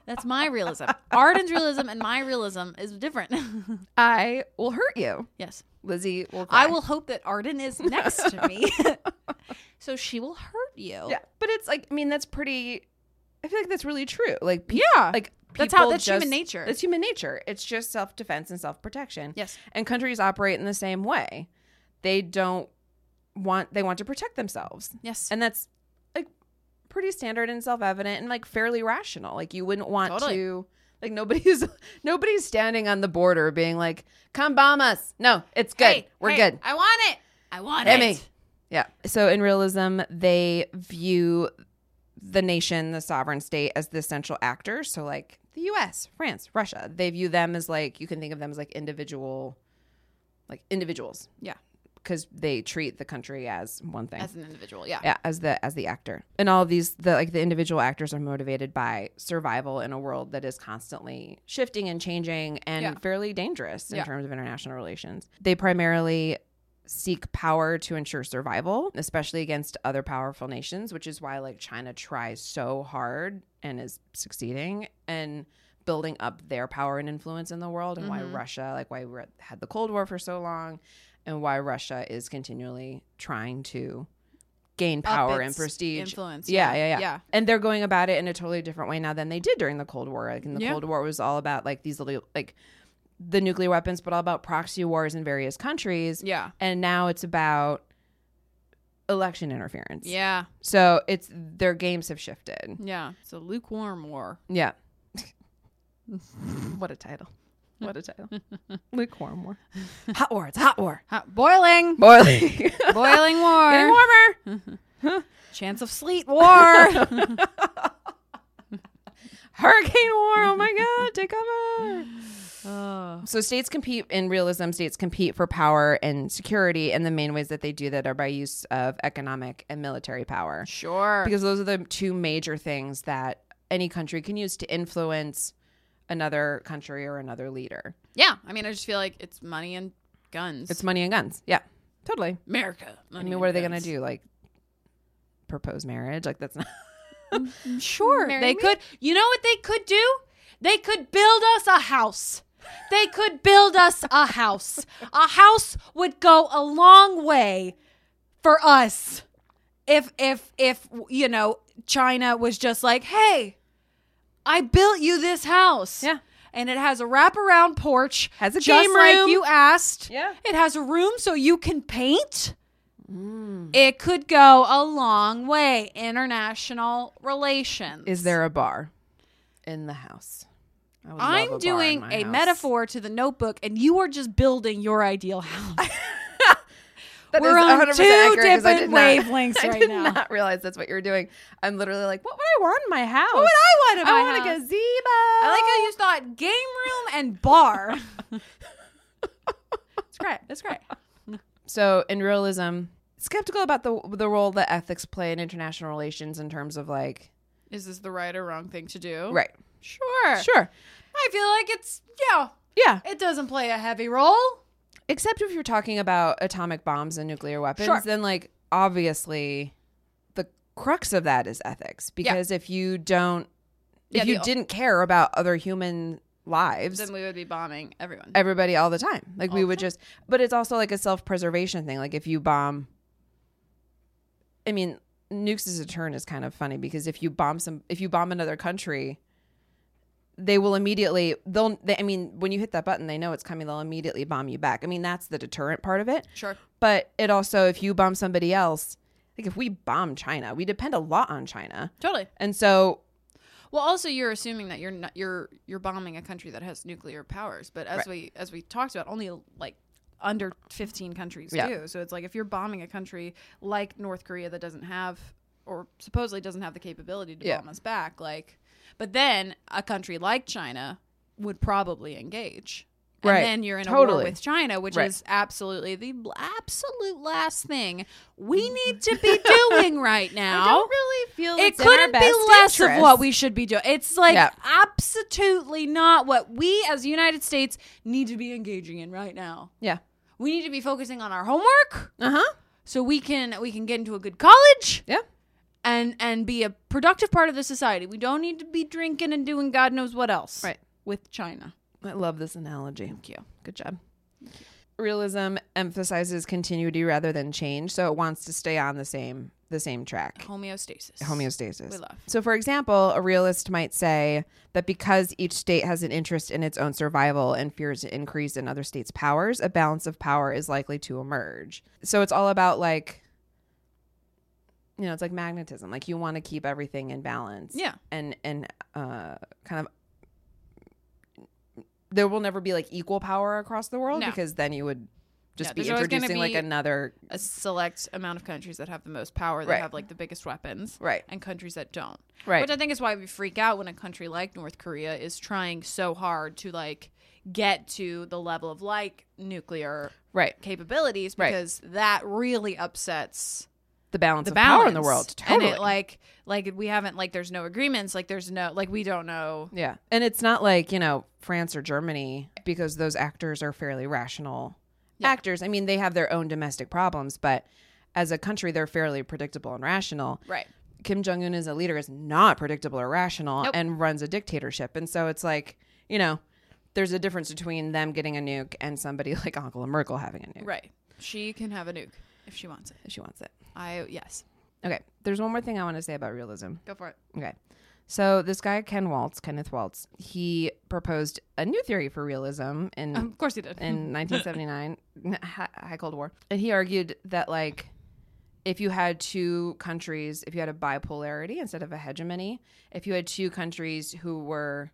That's my realism. Arden's realism and my realism is different. i will hurt you yes. lizzie will cry. I will hope that Arden is next to me. so she will hurt you. Yeah, but it's like I mean that's pretty. I feel like that's really true. Like pe- Yeah. like That's how- people that's human nature. That's human nature. It's just self defense and self protection. Yes. and countries operate in the same way. They don't want they want to protect themselves, Yes. and that's like pretty standard and self evident and like fairly rational. Like you wouldn't want Totally. to. Like nobody's nobody's standing on the border being like, "Come bomb us." No, it's good. Hey, We're hey, good. I want it. I want Hit it. me. Yeah. So in realism, they view the nation, the sovereign state, as the central actor. So like the U.S., France, Russia, they view them as like you can think of them as like individual, like individuals, Yeah. because they treat the country as one thing. As an individual. Yeah. yeah, as the as the actor, and all of these the like the individual actors are motivated by survival in a world that is constantly shifting and changing and Yeah. fairly dangerous in Yeah. terms of international relations. They primarily seek power to ensure survival, especially against other powerful nations, which is why like China tries so hard and is succeeding and building up their power and influence in the world and Mm-hmm. why Russia, like why we had the Cold War for so long and why Russia is continually trying to gain Up power its and prestige. Influence. Yeah, yeah, yeah, Yeah. And they're going about it in a totally different way now than they did during the Cold War. Like in the Yeah. Cold War was all about like these little like the nuclear weapons, but all about proxy wars in various countries. Yeah. And now it's about election interference. Yeah. So it's their games have shifted. Yeah. It's a lukewarm war. Yeah. what a title. What a title. Lukewarm war. Hot war. It's a hot war. Hot, boiling. Boiling. boiling war. Getting warmer. Chance of sleet war. Hurricane war. Oh my God. Take cover. oh. So states compete in realism. States compete for power and security, and the main ways that they do that are by use of economic and military power, Sure. because those are the two major things that any country can use to influence another country or another leader. yeah. I mean, I just feel like it's money and guns. It's money and guns. Yeah, totally. America. I mean, what are they gonna do? Like propose marriage? Like that's not. Sure. Marry they me? could. You know what they could do? They could build us a house. They could build us a house. A house would go a long way for us. If if if you know, China was just like, "Hey, I built you this house." Yeah. And it has a wraparound porch. Has a just game like room. you asked. Yeah. It has a room so you can paint it could go a long way. International relations. Is there a bar in the house? I would love a bar I'm in doing my a house. metaphor to the notebook, and you are just building your ideal house. That We're is on 100% two accurate 'cause I different did not- wavelengths I right did now. not realize that's what you were doing. I'm literally like, what would I want in my house? What I want in my I want house? a gazebo. I like Oh. how you thought game room and bar. it's great. It's great. So in realism, skeptical about the the role that ethics play in international relations in terms of like Is this the right or wrong thing to do? right, Oh, Sure. sure, I feel like it's yeah. yeah. It doesn't play a heavy role. Except if you're talking about atomic bombs and nuclear weapons, Sure. then like obviously, the crux of that is ethics because if you don't, if Yeah, you the- didn't care about other human lives, Then we would be bombing everyone. everybody all the time. Like we the would just, but it's also like a self preservation thing. Like if you bomb, I mean, nukes as a turn is kind of funny because if you bomb some, if you bomb another country, they will immediately they'll. They, I mean, when you hit that button, they know it's coming. They'll immediately bomb you back. I mean, that's the deterrent part of it. Sure. But it also, if you bomb somebody else, like if we bomb China, we depend a lot on China, Totally. and so Well, also you're assuming that you're not you're you're bombing a country that has nuclear powers, but as Right. we as we talked about, only like under 15 countries Yeah. do. So it's like if you're bombing a country like North Korea that doesn't have or supposedly doesn't have the capability to Yeah. bomb us back, like but then a country like China would probably engage. And Right. then you're in a war Totally. with China, which Right. is absolutely the l- absolute last thing we need to be doing right now Mm. really feel it couldn't be less of what we should be doing. It's like Yeah. absolutely not what we as the United States need to be engaging in right now. Yeah. We need to be focusing on our homework Uh huh. so we can we can get into a good college Yeah. and and be a productive part of the society. We don't need to be drinking and doing God knows what else. Right. With China. I love this analogy. Thank you. Good job. Realism emphasizes continuity rather than change, so it wants to stay on the same the same track. Homeostasis. Homeostasis. We love. So for example, a realist might say that because each state has an interest in its own survival and fears an increase in other states' powers, a balance of power is likely to emerge. So it's all about like you know, it's like magnetism. Like you want to keep everything in balance. Yeah. And and uh kind of there will never be like equal power across the world No. because then you would just Yeah, be there's always gonna introducing like be- another A select amount of countries that have the most power that Right. have like the biggest weapons. right. and countries that don't. Right. Which I think is why we freak out when a country like North Korea is trying so hard to like get to the level of like nuclear Right. capabilities Right. because that really upsets The balance the of balance power in the world. Totally. And it like like we haven't like there's no agreements, like there's no like we don't know. Yeah. And it's not like, you know, France or Germany, because those actors are fairly rational Yeah. actors. I mean, they have their own domestic problems, but as a country, they're fairly predictable and rational. Right. Kim Jong un as a leader is not predictable or rational Nope. and runs a dictatorship. And so it's like, you know, there's a difference between them getting a nuke and somebody like Angela Merkel having a nuke Right. She can have a nuke if she wants it. if she wants it. I yes. Okay. There's one more thing I want to say about realism. Go for it. Okay. So this guy Ken Waltz, Kenneth Waltz, he proposed a new theory for realism in of course he did. in 1979, n- hi- high Cold War, and he argued that like if you had two countries, if you had a bipolarity instead of a hegemony, if you had two countries who were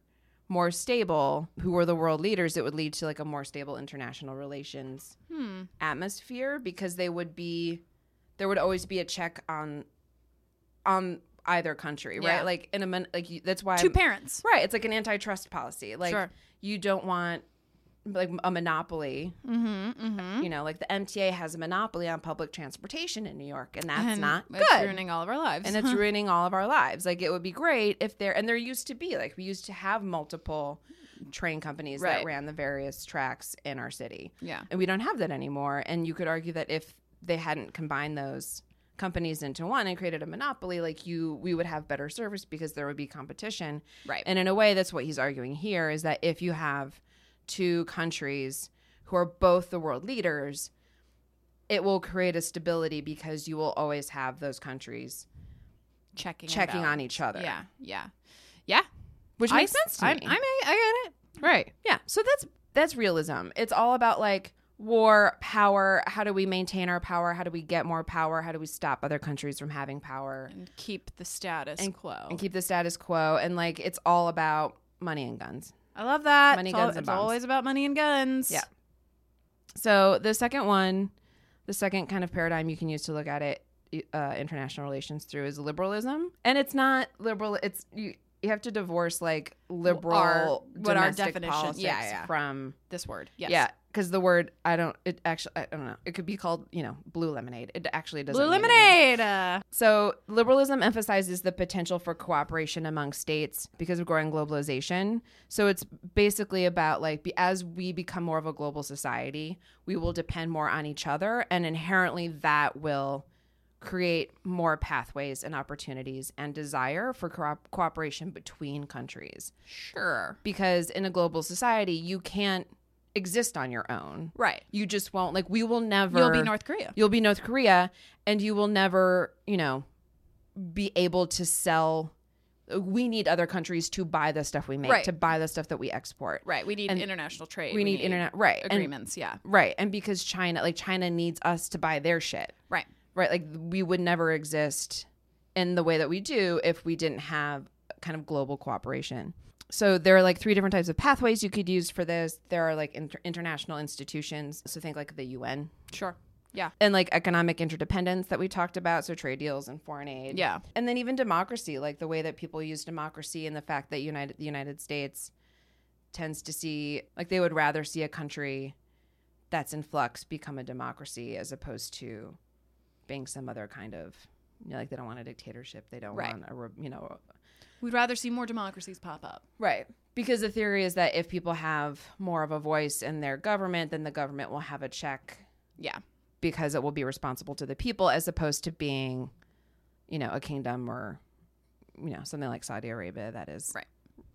more stable, who were the world leaders, it would lead to like a more stable international relations hmm. atmosphere because they would be there would always be a check on on either country, right? Yeah. Like in a min- like you, that's why Two parents. Right. It's like an antitrust policy. Like Sure. you don't want like a monopoly. Mm-hmm. Mm-hmm. You know, like the MTA has a monopoly on public transportation in New York, and that's and not it's good. ruining all of our lives. and it's ruining all of our lives. Like it would be great if there and there used to be like we used to have multiple train companies Right. that ran the various tracks in our city. yeah. And we don't have that anymore. And you could argue that if they hadn't combined those companies into one and created a monopoly, like you we would have better service because there would be competition. Right. And in a way, that's what he's arguing here is that if you have two countries who are both the world leaders, it will create a stability because you will always have those countries checking and checking on balance. each other. Yeah. Yeah. Yeah. Which I makes s- sense to I, me. I, may- I get it. Right. yeah. So that's that's realism. It's all about like war, power, how do we maintain our power? How do we get more power? How do we stop other countries from having power And keep the status quo. and keep the status quo? And like it's all about money and guns. I love that. Money, it's al- guns, and it's bombs. always about money and guns. Yeah. So the second one, the second kind of paradigm you can use to look at it, uh, international relations through is liberalism, and it's not liberal. It's you. You have to divorce like liberal Our- what our domestic definition- politics yeah, yeah. from This word. Yes. yeah because the word I don't it actually I don't know it could be called you know blue lemonade it actually doesn't Blue mean anything. lemonade. Uh, So, liberalism emphasizes the potential for cooperation among states because of growing globalization. So, it's basically about like be- as we become more of a global society, we will depend more on each other, and inherently that will create more pathways and opportunities and desire for co- cooperation between countries. sure. Because in a global society, you can't exist on your own. Right. You just won't like we will never You'll be North Korea. you'll be North Korea and you will never, you know, be able to sell we need other countries to buy the stuff we make, Right. to buy the stuff that we export. Right. We need And international trade. We, need, internet right. and- agreements. yeah. right. And because China like China needs us to buy their shit. Right. Right? Like we would never exist in the way that we do if we didn't have kind of global cooperation. So there are like three different types of pathways you could use for this. There are like inter- international institutions. So think like the UN Sure. Yeah. and like economic interdependence that we talked about, so trade deals and foreign aid. Yeah. And then even democracy, like the way that people use democracy and the fact that United the United States tends to see like they would rather see a country that's in flux become a democracy as opposed to being some other kind of you know, like they don't want a dictatorship. They don't Right. want a re- you know We'd rather see more democracies pop up. Right. Because the theory is that if people have more of a voice in their government, then the government will have a check Yeah. because it will be responsible to the people as opposed to being, you know, a kingdom or, you know, something like Saudi Arabia that is, Right.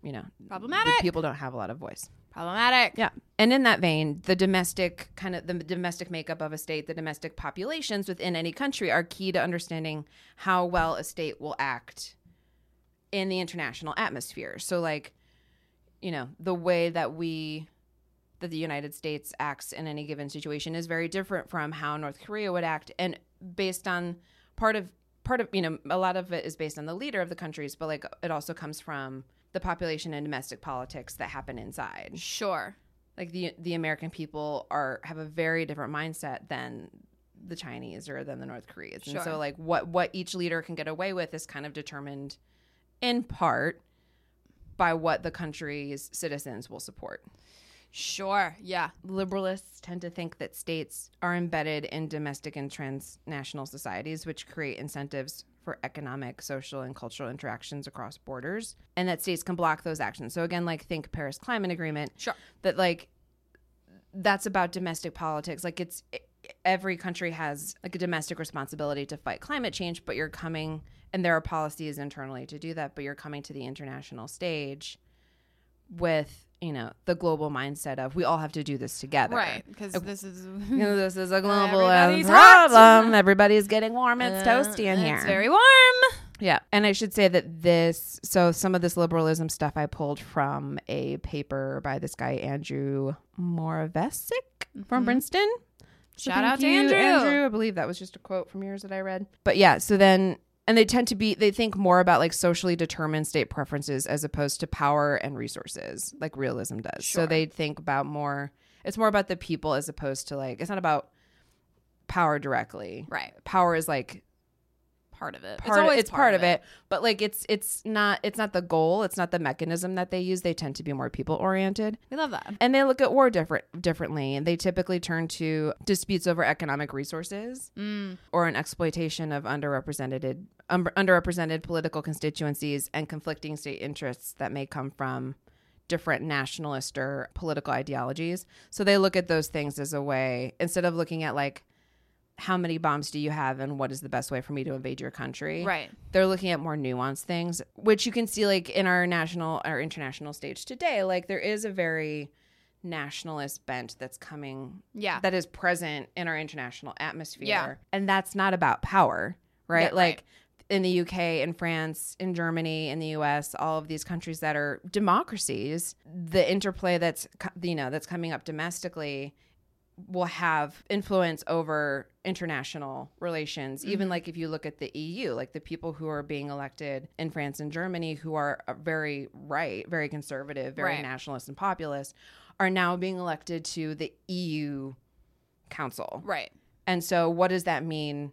you know, Problematic. the people don't have a lot of voice. Problematic. Yeah. And in that vein, the domestic kind of the domestic makeup of a state, the domestic populations within any country are key to understanding how well a state will act in the international atmosphere. So like, you know, the way that we that the United States acts in any given situation is very different from how North Korea would act and based on part of part of, you know, a lot of it is based on the leader of the countries, but like it also comes from the population and domestic politics that happen inside Sure. like the the American people are have a very different mindset than the Chinese or than the North Koreans. And Sure. so like what what each leader can get away with is kind of determined in part by what the country's citizens will support. Sure. Yeah. Liberalists tend to think that states are embedded in domestic and transnational societies which create incentives for economic, social and cultural interactions across borders and that states can block those actions. So again like think Paris Climate Agreement Sure. that like that's about domestic politics like it's e, every country has like a domestic responsibility to fight climate change but you're coming and there are policies internally to do that but you're coming to the international stage with you know the global mindset of we all have to do this together Right. Because this is you know, this is a global uh, Everybody's hot. Uh, problem everybody's getting warm it's toasty in here It's very warm. Yeah. And I should say that this, so some of this liberalism stuff I pulled from a paper by this guy, Andrew Moravesic from Princeton. So Mm-hmm. Shout thank out to you, Andrew. I believe that was just a quote from yours that I read. But yeah, so then, and they tend to be, they think more about like socially determined state preferences as opposed to power and resources, like realism does. So Sure. they think about more, it's more about the people as opposed to like, it's not about power directly. Right. Power is like Part of it. part it's, it's part, of it. but like it's it's not it's not the goal it's not the mechanism that they use they tend to be more people oriented We love that. and they look at war different differently and they typically turn to disputes over economic resources Mm. or an exploitation of underrepresented um, underrepresented political constituencies and conflicting state interests that may come from different nationalist or political ideologies so they look at those things as a way instead of looking at like how many bombs do you have and what is the best way for me to invade your country Right. they're looking at more nuanced things, which you can see like in our national our international stage today. Like there is a very nationalist bent that's coming Yeah. that is present in our international atmosphere. Yeah. And that's not about power, right? That- like right. in the UK, in France, in Germany, in the US, all of these countries that are democracies, the interplay that's co- you know, that's coming up domestically will have influence over international relations Mm-hmm. even like if you look at the EU like the people who are being elected in France and Germany who are uh, very right very conservative very Right. nationalist and populist are now being elected to the EU council Right. and so what does that mean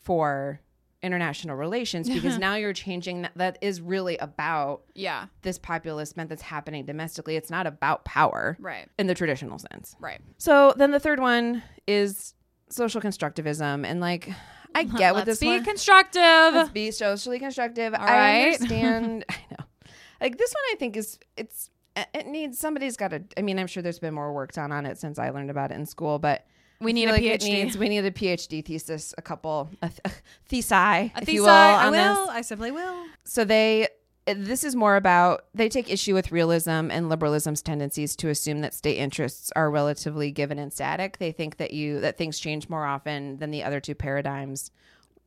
for international relations because now you're changing that that is really about Yeah. this populist event that's happening domestically it's not about power Right. in the traditional sense Right. so then the third one is social constructivism, and like I get what Uh, Let's this be one. constructive. Let's be socially constructive. I right. understand. I know. Like this one, I think is it's it needs somebody's got to. I mean, I'm sure there's been more work done on it since I learned about it in school, but. We I need feel a it PhD. needs- we need a PhD thesis, a couple, a, th- a thesi, a if you will, I on this will. I simply will. so they this is more about they take issue with realism and liberalism's tendencies to assume that state interests are relatively given and static they think that you that things change more often than the other two paradigms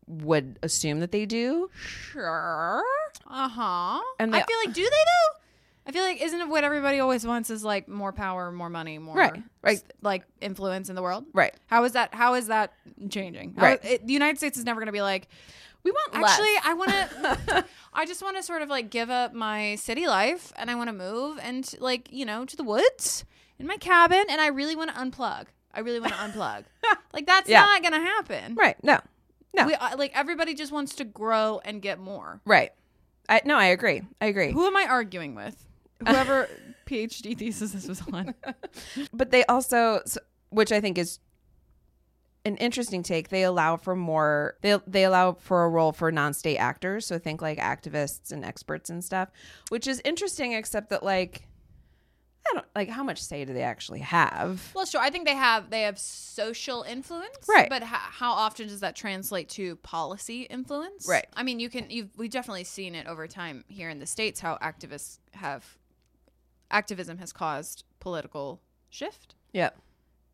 would assume that they do Sure. Uh huh. And I they- feel like, do they though? I feel like, isn't it what everybody always wants is like more power, more money, more Right, right. s- like influence in the world? right How is that? How is that changing? How- Right. it- the United States is never going to be like. we want Actually, I want to. I just want to sort of like give up my city life, and I want to move and like you know to the woods in my cabin, and I really want to unplug. I really want to unplug. Like that's Yeah. not going to happen. right no no We, uh, like everybody just wants to grow and get more. right i no i agree i agree Who am I arguing with? Whoever PhD thesis this was on. but they also s- which i think is an interesting take they allow for more they, they allow for a role for non-state actors so think like activists and experts and stuff which is interesting except that like i don't like how much say do they actually have Well, sure. I think they have they have social influence, Right. But ho- how often does that translate to policy influence? Right. I mean, you can you've we've definitely seen it over time here in the states how activists have activism has caused political shift, yeah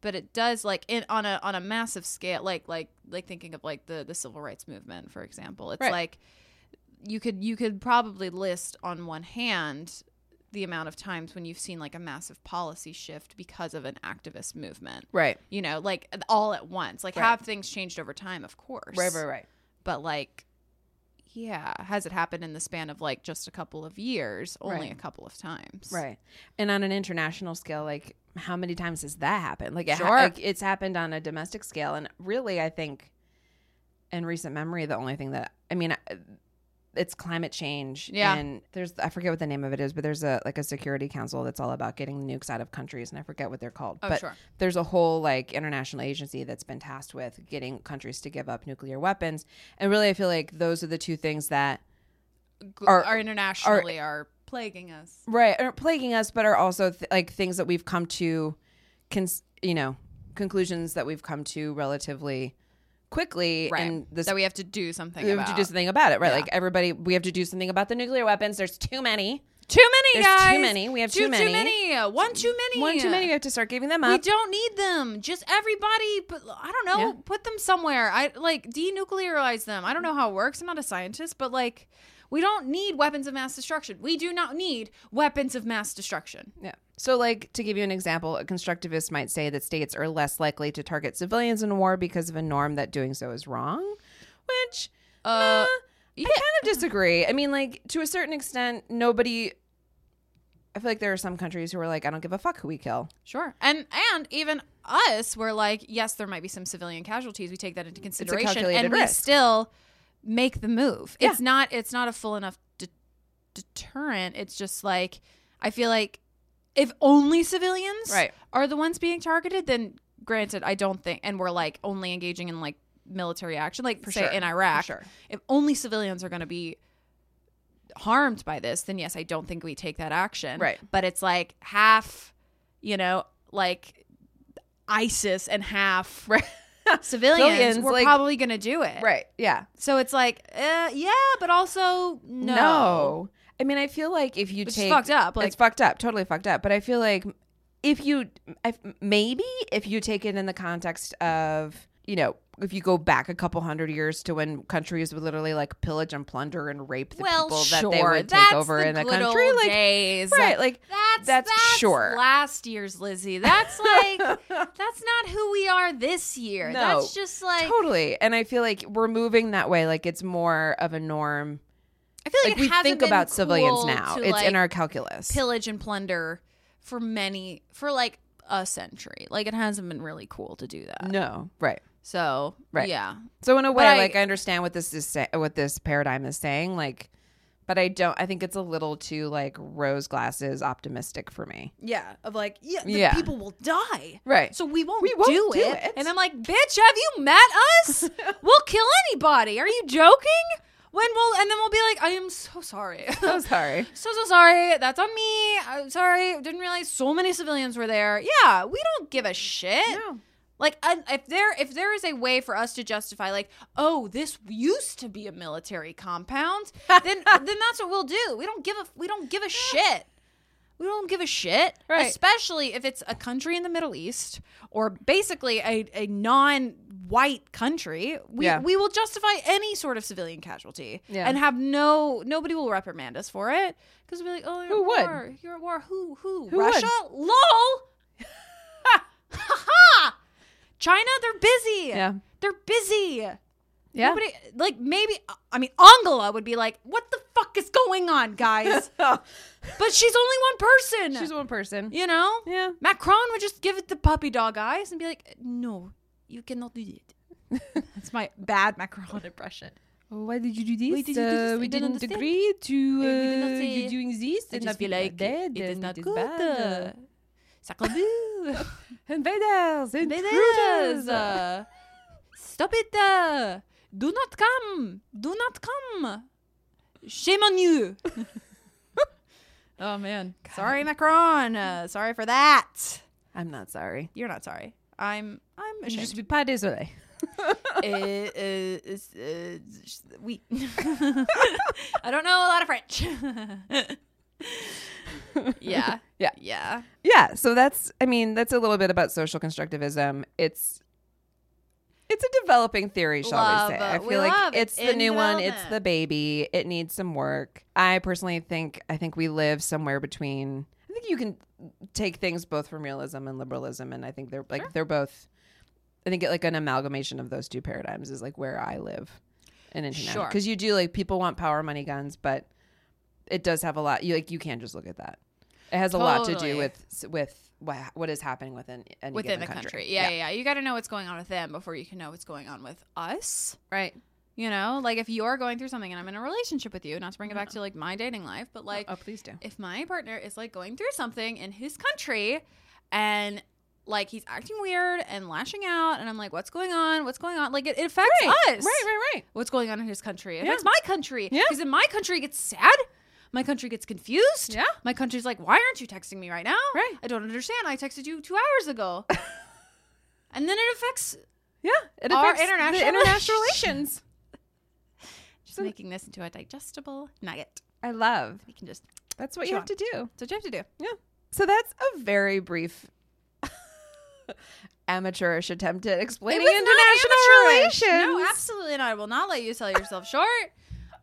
but it does like in on a on a massive scale, like like like thinking of like the the civil rights movement, for example. It's Right. like you could you could probably list on one hand the amount of times when you've seen like a massive policy shift because of an activist movement right you know, like all at once. Like Right. have things changed over time, of course. right right right But like yeah, has it happened in the span of like just a couple of years? Only Right. a couple of times. right and on an international scale like how many times has that happened like, it ha- Sure. like it's happened on a domestic scale and really i think in recent memory the only thing that i mean I- it's climate change Yeah. and there's i forget what the name of it is but there's a like a security council that's all about getting nukes out of countries and i forget what they're called Oh, but sure. there's a whole like international agency that's been tasked with getting countries to give up nuclear weapons and really i feel like those are the two things that G- Are- are internationally are, plaguing us. right are plaguing us but are also th- like things that we've come to cons- you know conclusions that we've come to relatively quickly Right. and this that we have to do something we have about. to do something about it right Yeah. like everybody we have to do something about the nuclear weapons there's too many Too many There's guys. too many. We have too, too many. Too many. One too many. One too many. We have to start giving them We up. don't need them. Just everybody, but I don't know. Yeah. Put them somewhere. I like denuclearize them. I don't know how it works. I'm not a scientist, but like, we don't need weapons of mass destruction. We do not need weapons of mass destruction. Yeah. So, like, to give you an example, a constructivist might say that states are less likely to target civilians in war because of a norm that doing so is wrong, which Uh, uh, I kind of disagree. I mean, like, to a certain extent, nobody. I feel like there are some countries who are like, I don't give a fuck who we kill. Sure. And and even us we're like, yes, there might be some civilian casualties. We take that into consideration and calculated we risk. still make the move. Yeah. It's not it's not a full enough de- deterrent. It's just like I feel like if only civilians Right. are the ones being targeted, then granted, I don't think and we're like only engaging in like military action like per For se sure. in For Iraq. sure. If only civilians are going to be harmed by this, then yes, I don't think we take that action. Right. But it's like half, you know, like ISIS and half civilians, Civilians, we're like- probably going to do it. Right. Yeah. So it's like, uh, yeah, but also no. No. I mean, I feel like if you Which is take fucked up, like- it's fucked up, totally fucked up. But I feel like if you, if, maybe if you take it in the context of, you know, if you go back a couple hundred years to when countries would literally like pillage and plunder and rape the well, people sure. that they would that's take over the in a good country, old like days. right, like that's, that's sure. Last year's Lizzie. That's like that's not who we are this year. No. that's just like totally. And I feel like we're moving that way. Like it's more of a norm. I feel like, Like it we hasn't think been about cool civilians now. to, It's like, in our calculus. pillage and plunder for many for like a century. Like it hasn't been really cool to do that. no, right. So Right. yeah. So in a way, I- like I understand what this is say- what this paradigm is saying, like, but I don't. I think it's a little too like rose glasses optimistic for me. Yeah. Of like, yeah, the Yeah. people will die. Right. So we won't, We won't do, do it. it. And I'm like, bitch, have you met us? we'll kill anybody. Are you joking? When we'll and then we'll be like, I am so sorry. So sorry. so so sorry. That's on me. I'm sorry. Didn't realize so many civilians were there. Yeah, we don't give a shit. No. Like I- if there if there is a way for us to justify like oh this used to be a military compound then then that's what we'll do. We don't give a we don't give a shit. We don't give a shit, Right. especially if it's a country in the Middle East or basically a, a non-white country. We Yeah. we will justify any sort of civilian casualty Yeah. and have no nobody will reprimand us for it because we'll be like oh you're Who at would? war. you're at war who who, Who would? Russia lol ha! China, they're busy. Yeah. They're busy. Yeah. Nobody, like maybe I mean Angela would be like, "What the fuck is going on, guys?" but she's only one person. She's one person. you know? Yeah. Macron would just give it the puppy dog eyes and be like, "No, you cannot do it." That's my bad Macron impression. Oh, Why did you do this? Uh, Why did you do this? I we don't didn't understand. agree to Uh, we did not uh, say- you doing this. I and just now feel people are like dead it is and not it good. bad. Uh, Sacre bleu. Invaders, intruders. Invaders! Uh, Stop it! uh, Do not come! Do not come! Shame on you! oh man. Sorry, Macron. Uh, sorry for that. I'm not sorry. You're not sorry. I'm I'm Je ashamed. suis pas désolée. Eh, eh, it's, eh, it's- oui. I don't know a lot of French. yeah. Yeah. Yeah. Yeah, so that's I mean, that's a little bit about social constructivism. It's it's a developing theory, shall Love. we say. I We feel like love it. it's the In new one, it's development. the baby. It needs some work. I personally think I think we live somewhere between I think you can take things both from realism and liberalism and I think they're like they're both I think it, like an amalgamation of those two paradigms is like where I live. And Sure. because you do like people want power, money, guns, but it does have a lot. You like you can just look at that. It has a lot to Totally. do with with wha- what is happening within any Within given the country. country. Yeah, yeah, yeah. You got to know what's going on with them before you can know what's going on with us. right. You know, like if you're going through something and I'm in a relationship with you, not to bring it back to like my dating life, but like Mm-hmm. Oh, please do. if my partner is like going through something in his country and like he's acting weird and lashing out and I'm like, what's going on? What's going on? Like it, it affects Right, right, us. right, right. What's going on in his country? It Yeah. affects my country. Yeah. Because in my country it gets sad. My country gets confused. Yeah. My country's like, why aren't you texting me right now? Right. I don't understand. I texted you two hours ago. and then it affects Yeah, it Our affects international the international relations. relations. just making this into a digestible nugget. I love. We can just That's what you Sure. have to do. That's what you have to do. So that's a very brief amateurish attempt at explaining international amateurish. relations. No, absolutely not. I will not let you sell yourself short.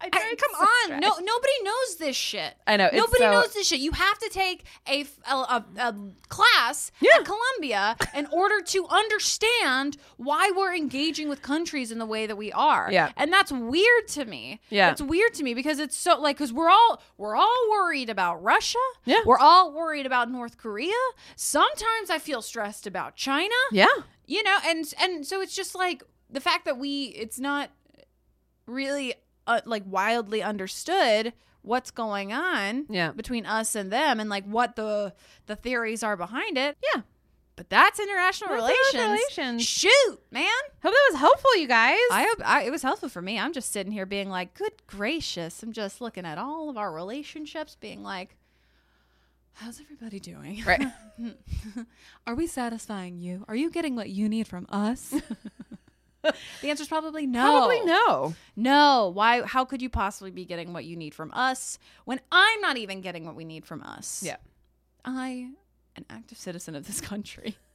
I I- tried come so on, hard. no, nobody knows this shit. I know, it's nobody so- knows this shit. You have to take a f- a- a- a class at Columbia in order to understand why we're engaging with countries in the way that we are. Yeah. and that's weird to me. Yeah. it's weird to me because it's so like because we're all we're all worried about Russia. Yeah. we're all worried about North Korea. Sometimes I feel stressed about China Yeah. you know and and so it's just like the fact that we it's not really uh, like wildly understood what's going on Yeah. between us and them and like what the the theories are behind it Yeah. but that's international That's relations. international relations. shoot man Hope that was helpful, you guys. i hope I, it was helpful for me i'm just sitting here being like good gracious i'm just looking at all of our relationships being like how's everybody doing right. are we satisfying you? Are you getting what you need from us? the answer is probably no. Probably no. No. Why? How could you possibly be getting what you need from us when I'm not even getting what we need from us? Yeah. I, an active citizen of this country.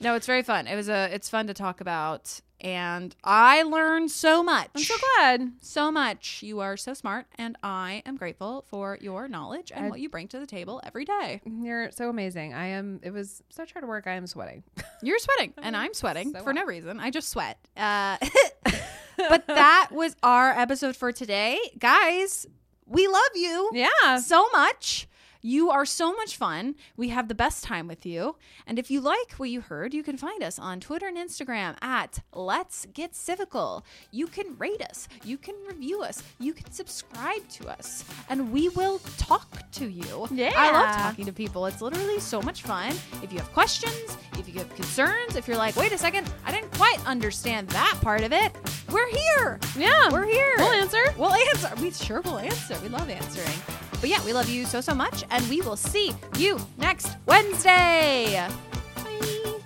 no, it's very fun. It was a. It's fun to talk about, and I learned so much. I'm so glad. So much. You are so smart, and I am grateful for your knowledge and I- what you bring to the table every day. You're so amazing. I am. It was such hard work. I am sweating. You're sweating, and I'm sweating so for no reason. I just sweat. Uh, but that was our episode for today, guys. We love you Yeah. so much. You are so much fun. We have the best time with you. And if you like what you heard, you can find us on Twitter and Instagram at Let's Get Civical. You can rate us, you can review us, you can subscribe to us, and we will talk to you. Yeah. I love talking to people. It's literally so much fun. If you have questions, if you have concerns, if you're like, wait a second, I didn't quite understand that part of it, we're here. Yeah. We're here. We'll answer. We'll answer. We sure will answer. We love answering. But yeah, we love you so, so much. And we will see you next Wednesday. Bye.